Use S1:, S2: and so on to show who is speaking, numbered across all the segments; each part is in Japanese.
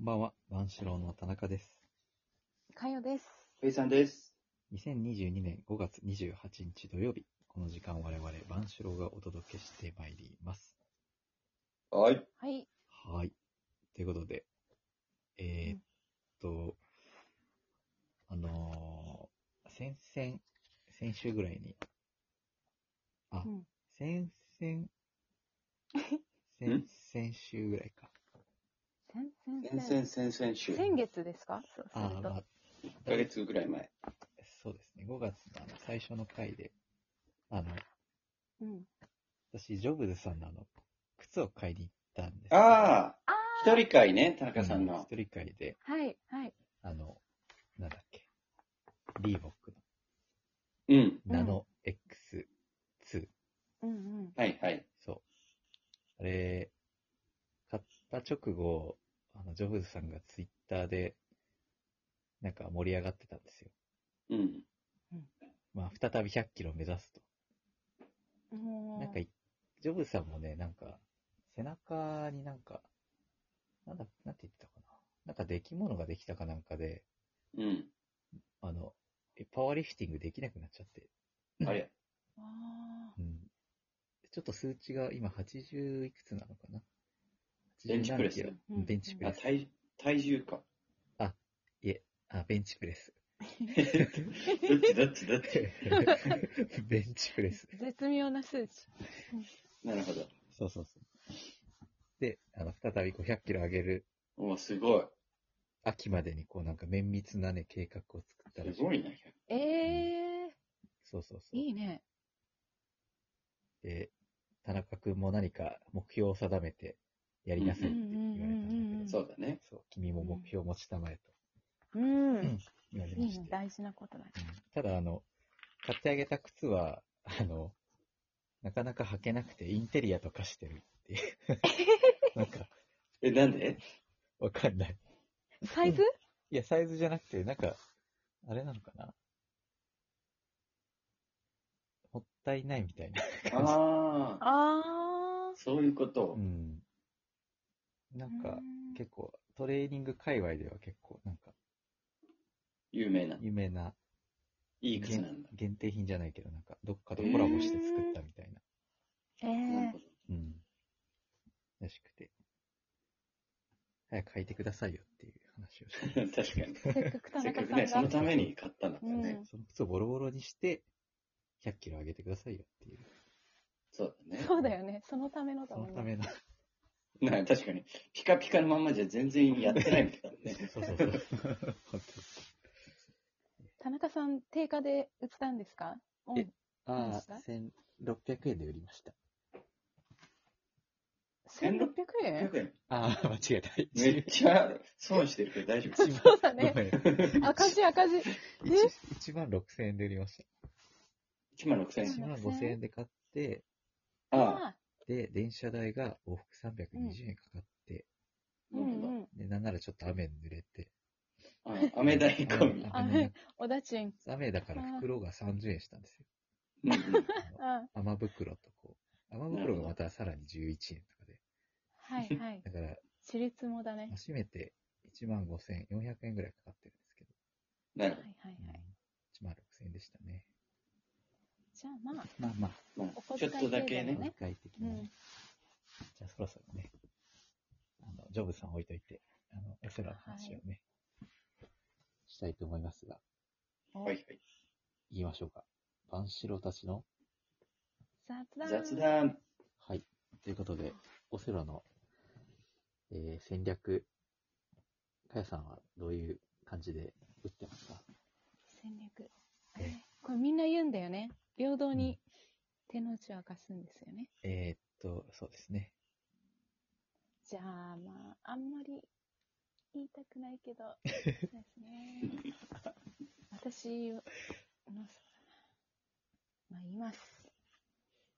S1: んばんは、万志郎の田中です。
S2: かよです。
S3: ペイさんです。
S1: 2022年5月28日土曜日、この時間我々万志郎がお届けしてまいります。
S3: はい。
S2: はい。
S1: はい。ということで、えー、っと、あのー、先々、先週ぐらいに、あ、
S2: うん
S1: 先々、先々週ぐらいか。
S2: 先
S3: 先々先々週。
S2: 先月ですか そうす
S1: あ
S2: る
S1: ー、
S2: と。
S1: まあ、
S3: 1ヶ月ぐらい前。
S1: そうですね、5月のあの最初の回で、あの、
S2: うん。
S1: 私、ジョブズさんのあの、靴を買いに行ったんですけど
S3: あ
S2: あ
S3: あ、一人会ね、田中さ
S1: う
S3: ん
S1: ん
S3: の。
S1: 一人会で、
S2: あはい、はい。
S1: あの、なんだっけ、リーボック
S3: うん。
S1: のナノ X2、
S2: うんうん。
S3: はいはい。
S1: そう。あれ、買った直後、あの、ジョブズさんがツイッターで、なんか盛り上がってたんですよ。
S3: うん。
S1: まあ、再び100キロ目指すと。
S2: もう
S1: なんかい、ジョブズさんもね、なんか、背中になんか、なんだ、なんて言ってたかな。なんか、出来物ができたかなんかで、
S3: うん。
S1: あの、えパワーリフティングできなくなっちゃって、
S3: あれ。
S2: あ
S1: うん、ちょっと数値が今80いくつなのかな
S3: ベンチプレス
S1: 87キロ
S2: うんうん
S1: ベンチプ
S3: あ、
S1: レス。
S3: 体、体重か。
S1: あ、ベンチプレス。
S3: どっちどっちどっち。
S1: ベンチプレス。
S2: ー絶妙な数値。
S3: なるほど。
S1: そうそうそう。で、あの、再び500キロ上げる
S3: おーすごい。
S1: 秋までに、こうなんか綿密なね、計画を作ったらし
S3: すごいな。
S2: ええ
S1: そうそう
S2: ー、
S1: そ
S2: いいね。
S1: う。で、田中君も何か目標を定めてやりなさいって言われたんだけど、
S3: そうだね。
S1: そう、君も目標を持ちたまえと
S2: うん。
S1: 言われま
S2: いい
S1: して。
S2: ね。大事なことだね。
S1: ただ、あの、買ってあげた靴は、あの、なかなか履けなくて、インテリアとかしてるっていう。 なんか、
S3: え、なんで
S1: わかんない。
S2: サイズ
S1: いや、サイズじゃなくて、なんか、あれなのかなもったいないみたいな感じ。
S3: ああ、
S2: ああ。
S3: そういうこと
S1: う。ん。なんか、
S2: うん
S1: 結構、トレーニング界隈では結構、なんか、
S3: 有名な。
S1: 有名な、
S3: いい靴な
S1: 限
S3: んだ。
S1: 限定品じゃないけど、なんか、どっかとコラボして作ったみたいな。
S2: え
S3: なる
S2: え
S3: ほど。
S1: うん。らしくて。早く書いてくださいよっていう話をして
S3: 確かに。
S2: ー。せっかく田
S3: せっか
S2: 中
S3: くね、
S2: さ
S3: そ
S2: ん
S3: の
S2: が。
S3: ために買ったんだから
S2: う
S3: ね。
S2: ん
S1: その靴をボロボロにして、100キロ上げてくださいよっていう。
S3: そうだね。
S2: そうだよね。そのためのだ
S1: そ
S2: も
S1: の
S2: ん
S1: た
S2: ね。
S1: めの。
S3: な 確かに。ピカピカのまんまじゃ全然やってないみたいなね。
S1: そう そうそう。本
S2: 田中さん、定価で売ったんですかうん
S1: え当
S2: 何で
S1: あ
S2: すか
S1: あ、1600円で売りました。
S2: 1600円
S3: 100円
S1: ああ、間違えた。
S3: めっちゃ損してるけど大丈 夫。
S2: そうだね
S1: ごめん
S2: 赤字赤字。
S1: 1万6000円で売りました。
S3: 1万6000円。
S1: 1万5000円で買って、
S3: ああ、
S1: で、電車代が往復320円かかって、
S2: う
S3: なる
S2: ん
S3: ほ
S2: う
S3: ど
S2: ん。
S1: で、なんならちょっと雨に濡れて。
S3: ああ。雨代込み。
S1: あのね
S2: おだちん。
S1: 雨だから袋が30円したんですよ。
S3: うんうん
S1: あ
S2: あ
S1: の雨袋とこう。雨袋がまたさらに11円とかで。
S2: はい はい。
S1: だから、
S2: 私立もだね。
S1: 初めて1万5400円ぐらいかかってるんですけど、
S3: な
S2: はい
S3: る
S2: はい
S1: うん
S2: はい。
S1: 1万6000円でしたね。
S2: じゃあまあ、
S1: まあまあ、
S3: ほど。ま
S2: お
S3: あ
S2: 小
S3: ちょ
S2: 遣
S3: っ
S2: い
S3: とだけ
S2: 程度の
S3: ね。
S1: 機械的
S2: う
S1: な、
S2: ん。
S1: じゃあそろそろね、あの、ジョブさん置いといて、あの、お空の話をね、したいと思いますが、
S2: お
S3: はいはい
S1: 言いましょうか。万四郎たちの、
S2: 雑談。
S3: 雑談。
S1: はい。ということで、オセロの、えー戦略、かやさんはどういう感じで打ってますか
S2: 戦略。
S1: ええ
S2: これみんな言うんだよね。平等に手の内を明かすんですよね。
S1: えーっと、そうですね。
S2: じゃあまあ、あんまり言いたくないけど、そうですね。私の、そうだなまあ言います。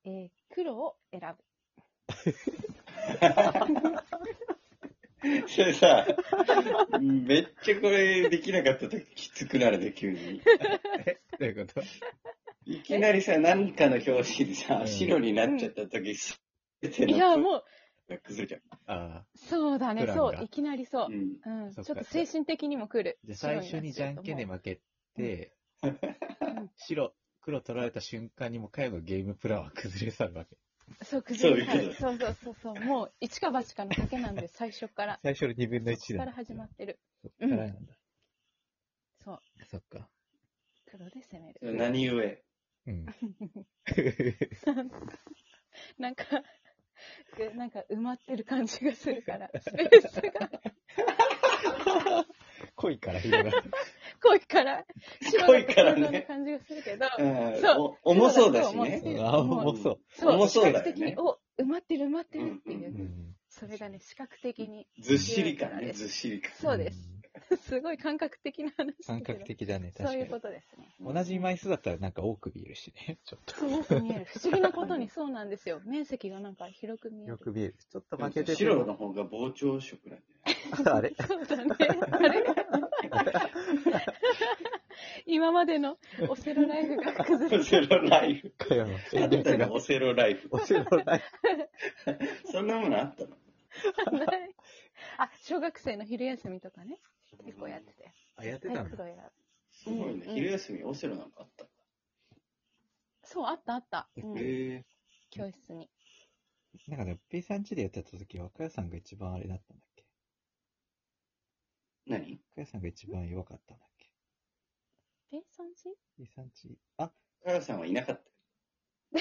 S2: えー、黒を選ぶ。
S3: それさ、めっちゃこれできなかった時きつくなるで、急
S1: ど
S3: に。
S1: ういうこと
S3: いきなりさ、何かの表紙で
S1: う
S3: さ、
S1: ん
S3: 白になっちゃった時、すべて
S2: いや、
S3: の
S2: もう、
S3: が崩れちゃ
S1: ああ。
S2: そうだね、
S1: プラン
S2: そ
S1: が
S2: う、いきなりそう
S3: う。。ん。
S2: うん、ち
S1: そっ
S2: ょっ
S1: か
S2: と精神的にも来る。
S1: じゃあ最初にじゃんけんで負けて、
S2: うん
S1: 白、黒取られた瞬間にもうかよのゲームプランは崩れ去るわけ。
S2: そう、崩れ
S3: そういう
S2: る。そうそうそうそう。もう、一か八かの賭けなんで、最初から。
S1: 最初の2分の
S2: そ
S1: 1
S2: こ
S1: だ。
S2: から始まってる。
S1: そっからなんだ。
S2: そう、
S1: そっか。
S2: 黒で攻める。
S3: 何故
S1: うん。
S2: なんか、ぐなんか埋まってる感じがするから、 スペースが
S1: 濃いから広がる。
S2: 濃いから、
S3: 濃
S2: 白
S3: い
S2: と
S3: から
S2: 黒
S3: ね
S2: の感じがするけど、
S3: うん
S2: そう
S3: お重そうだし
S2: そうだ
S3: ね。
S2: そう
S1: あ、重そう。
S2: そう、
S3: 重そうだよね
S2: 視覚的に、お、埋まってる埋まってるっていう、
S3: うん
S1: うん
S2: それがね、視覚的に、
S3: ずっしり感
S2: う
S3: ね、
S2: ん
S3: ずっしり感。
S2: そうです。すごい感覚的な話だけど。
S1: 感覚的だね、確
S2: そ
S1: か
S2: ういう
S1: に。
S2: ことですね。
S1: 同じ枚数だったらなんか多く見えるしね。ちょっと。
S2: すごく見える。不思議なことにそうな んですよ。面積がなんか広く見える
S1: よ。く見える。ちょっと負けてて
S3: 白の方が膨張色なんだよ。
S1: あれ
S2: そうだね。あれ今までのオセロライフが崩れ
S3: オセロライフ。
S1: か よの
S3: あなたがオセロライフ。
S1: お城ない。
S3: そんなものあったの
S2: たない。あ、小学生の昼休みとかね。結構やってて。
S1: あ、やって
S2: は
S1: た
S2: い、
S1: んだ
S2: 黒。選ぶ。
S3: すごいね
S2: う。ん
S3: 昼休みオセロなんかあった。
S2: そう、あったあった。うん、
S3: へえ。
S2: 教室に。
S1: なんかね、ペイさん家でやってた時、若谷さんが一番あれだったんだっけ
S3: 何
S1: 若谷さんが一番弱かったんだっけ
S2: ペイさんち
S1: ペイさん家、あ、
S3: カラさんはいな かった。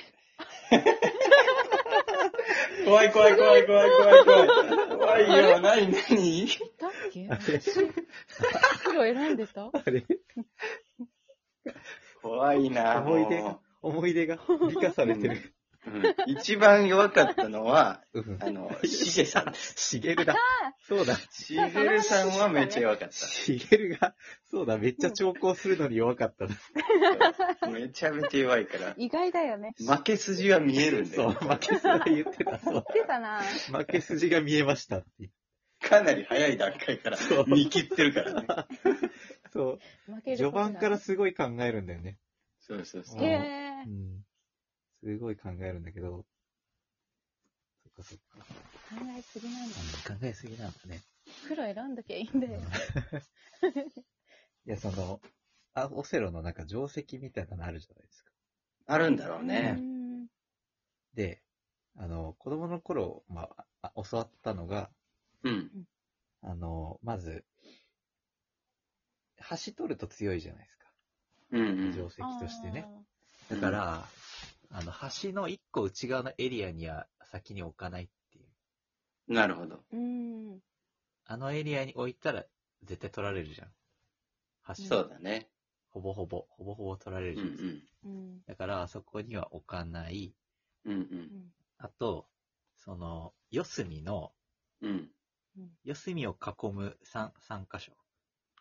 S3: 怖い怖い怖い怖い怖い怖い。怖いよ、何何
S2: いたっけ
S1: あれ
S2: 黒選んでた
S1: あれ
S3: 怖いな
S1: 思い出
S3: も
S1: が、思い出が美化されてる。
S3: ううん一番弱かったのは、
S1: うん。
S3: あの、シジェさんです。
S1: しげるだ。そうだ。
S3: シジェルさんはめっちゃ弱かっ
S1: しげるが、そうだ、めっちゃ調校するのに弱かったな。
S3: た。めちゃめちゃ弱いから、
S2: 意外だよね。
S3: 負け筋は見えるんだ
S1: そう、
S3: よ。
S1: 負け筋言ってた。そ
S2: 言っ
S1: う。
S2: てたな。
S1: 負け筋が見えましたって。
S3: かなり早い段階から
S1: そう
S3: 見切ってるからね。
S1: そう。
S2: 負ける
S1: 序
S2: ことが
S1: 盤からすごい考えるんだよね。
S3: そうそうそう。
S2: へ
S1: え
S2: え
S1: う。ん。すごい考えるんだけど。そっかそっか。
S2: 考えすぎなんだ。
S1: 考えすぎなんだね。
S2: 黒選んどきゃいいんだよ。
S1: いや、その、あ、オセロのなんか定石みたいなのあるじゃないですか。
S3: あるんだろう
S2: う
S3: ね。
S2: ん
S1: で、あの、子供の頃、まあ、あ教わったのが、
S3: うん。
S1: あの、まず、端取ると強いじゃないですか。
S3: うんう
S1: 定
S3: ん。
S1: 石としてね。。
S3: あ
S1: だ
S3: ー
S1: から、あの、端の一個内側のエリアには先に置かないっていう。
S3: なるほど。
S2: あーうん。
S1: あのエリアに置いたら絶対取られるじゃん。端、
S3: そうだね。
S1: ほぼほぼ、ほぼほぼ取られる
S3: うん
S1: じゃ
S3: う
S1: ないですか。
S3: ん。
S2: うん。
S1: だから、あそこには置かない。
S3: うん
S1: あと、その、四隅の、
S3: うん。うん。
S1: 四隅を囲む3、三箇所。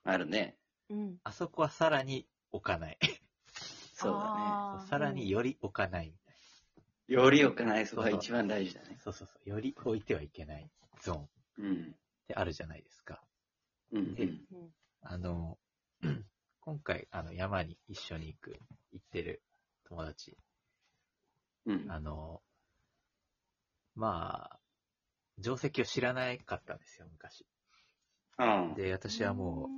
S3: あるね。
S2: うん。
S1: あそこはさらに置かない。
S3: そうだ
S2: あー
S1: さらにより置かないみたい
S3: ね。より良くない、そこが一番大事だ
S1: な
S3: ね。
S1: そうそうそう。より置いてはいけないゾーンっ
S3: うん。
S1: てあるじゃないですか。
S3: うんうん。
S2: うん
S1: あの、 今回、あの、山に一緒に行く、行ってる友達、
S3: うん
S1: あの、まあ、定石を知らないかったんですよ、昔。
S3: うん。
S1: で、私はも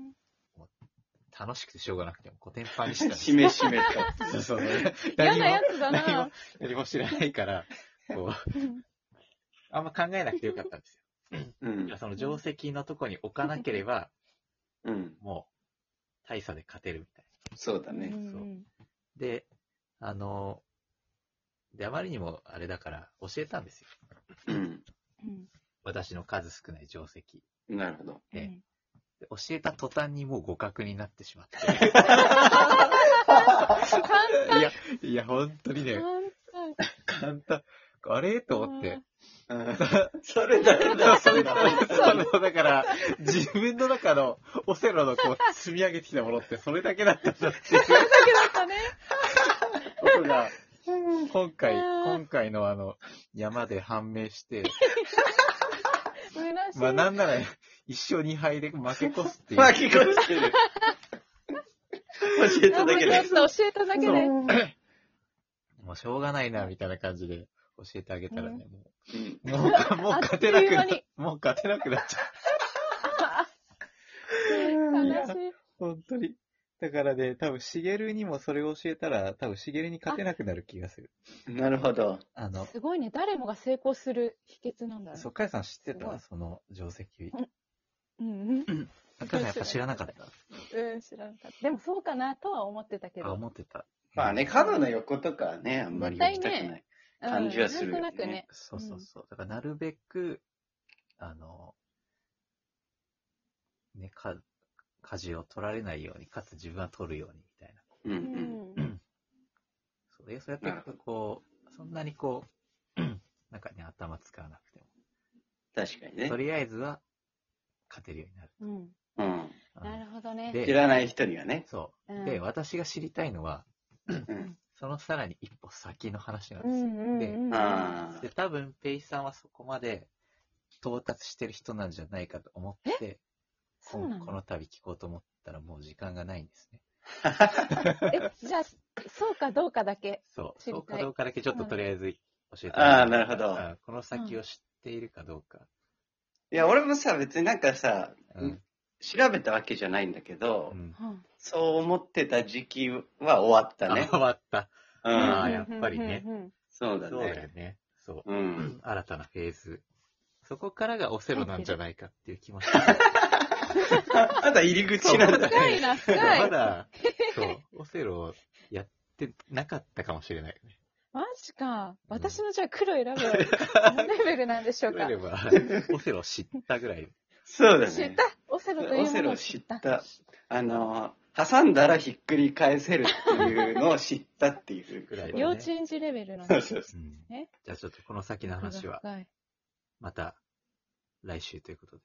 S1: う、楽しくてしょうがなくて、もうコテンパンにしてたんで す
S3: しめしめと。
S1: そうそう。 何
S2: 嫌なや
S1: も、
S2: つだ
S1: 何
S2: な
S1: も。、何も知らないから、こう、あんま考えなくてよかったんですよ。
S3: うん
S1: いやその定石のとこに置かなければ、
S3: うん。
S1: もう、大差で勝てるみたい
S3: そうだ
S2: う
S3: ね。
S2: んうん
S1: な。で、あの、で、あまりにもあれだから、教えたんですよ。
S3: うん。
S2: うん
S1: 私の数少ない定石。
S3: なるほど。
S2: う
S1: ね
S2: ん
S1: で教えた途端にもう互角になってしまって。
S2: 簡単
S1: いや、いや、本当にね、
S2: 簡
S1: 簡
S2: 単
S1: 単。あれと思って。
S3: それ誰だ、それ誰だ。
S1: あの、だから、自分の中のオセロのこう、積み上げてきたものってそれだけだったんだっていう
S2: だけだったね。
S1: ことが、今回、
S2: あー
S1: 今回のあの、山で判明して、
S2: 虚しい。
S1: まあなんなら、一生2敗で負け越す っていう。
S3: 巻き越してる。教えただ
S2: 頑張
S3: けで
S2: り。ました教えただけで。
S1: もうしょうがないな、みたいな感じで、教えてあげたらね、も
S3: うん。
S1: う、もうか、もう勝てなくな
S2: あっという間に
S1: もう勝てなくなっちゃう。
S2: 悲しい。
S1: 本当に。だからね、多分、しげるにもそれを教えたら、多分、しげるに勝てなくなる気がする。
S3: なるほど。
S1: あの、
S2: すごいね。誰もが成功する秘訣なんだね。
S1: そう、かやさん知って
S2: すご
S1: た
S2: い
S1: その定石。
S2: うん。
S1: あ、かやさんやっぱ知らなかった。
S2: うん、知らなかった。でもそうかなとは思ってたけ
S1: あ、
S2: ど。
S1: 思ってた。
S3: まあね、過度な横とかはね、あんまり置きたく
S2: 絶対
S3: な
S2: ね
S3: い。感じはする
S2: う
S3: よね
S2: ん、なんとなくね。
S1: そうそうそう。だから、なるべく、あの、ね、か、舵を取られないように、かつ自分は取るように、みたいな。
S3: うんう。
S2: うんん。
S1: そうで、そうやっていくと、こう、そんなにこ う、なんかね、頭使わなくても。
S3: 確かにね
S1: と。りあえずは、勝てるようになる。
S2: うん。
S3: うん。
S1: あの
S2: なるほどね。
S1: で
S3: 知らない人にはね。
S1: そう。
S2: うん
S1: で、私が知りたいのは、
S3: うん。
S1: そのさらに一歩先の話なんで
S2: う
S1: すよ。
S2: んうんうん。
S3: あ
S1: で、多分、ペイさんはそこまで到達してる人なんじゃないかと思って、
S2: そ
S1: こ
S2: うな
S1: の
S2: の
S1: この度聞こうと思ったらもう時間がないんですね。
S2: え、じゃあ、そうかどうかだけ。
S1: そう。
S2: 知
S1: そ
S2: りたいう
S1: かどうかだけちょっととりあえず教えて
S3: ああなるほど
S1: あこの先を知っているかどうか。
S3: いや、俺もさ、別になんかさ、
S1: うん。
S3: 調べたわけじゃないんだけど、
S1: うん。
S2: うん
S3: そう思ってた時期は終わった
S1: あ
S3: ね。
S1: 終わった。
S3: う
S1: あー
S3: ん。
S1: やっぱりね。
S2: うんうんうん
S3: そうだ
S1: そうだよ
S3: ね。
S1: ね。そう。
S3: うん。
S1: 新たなフェーズ。そこからがオセロなんじゃないかっていう気持ち。
S3: まだ入り口なんだ。
S2: 深いな、深
S1: ま
S2: い。
S1: だ、そう、オセロをやってなかったかもしれないよね。
S2: マジか。私のじゃあ黒 選ぶは何レベルなんでしょう
S1: 例
S2: か。
S1: えば、 オセロを知ったぐらい。
S3: そうだ
S2: 知っ
S3: ね
S2: た。オセロという
S3: オセ
S2: もの
S3: ロ
S2: を
S3: を知
S2: 知
S3: っ
S2: った。
S3: た。あの、挟んだらひっくり返せるっていうのを知ったっていう
S1: ぐらいだね
S2: 幼稚園児レベルの
S3: そうそう
S1: うん
S2: え
S1: じゃあちょっとこの先の話は、
S2: 深い
S1: また来週ということで。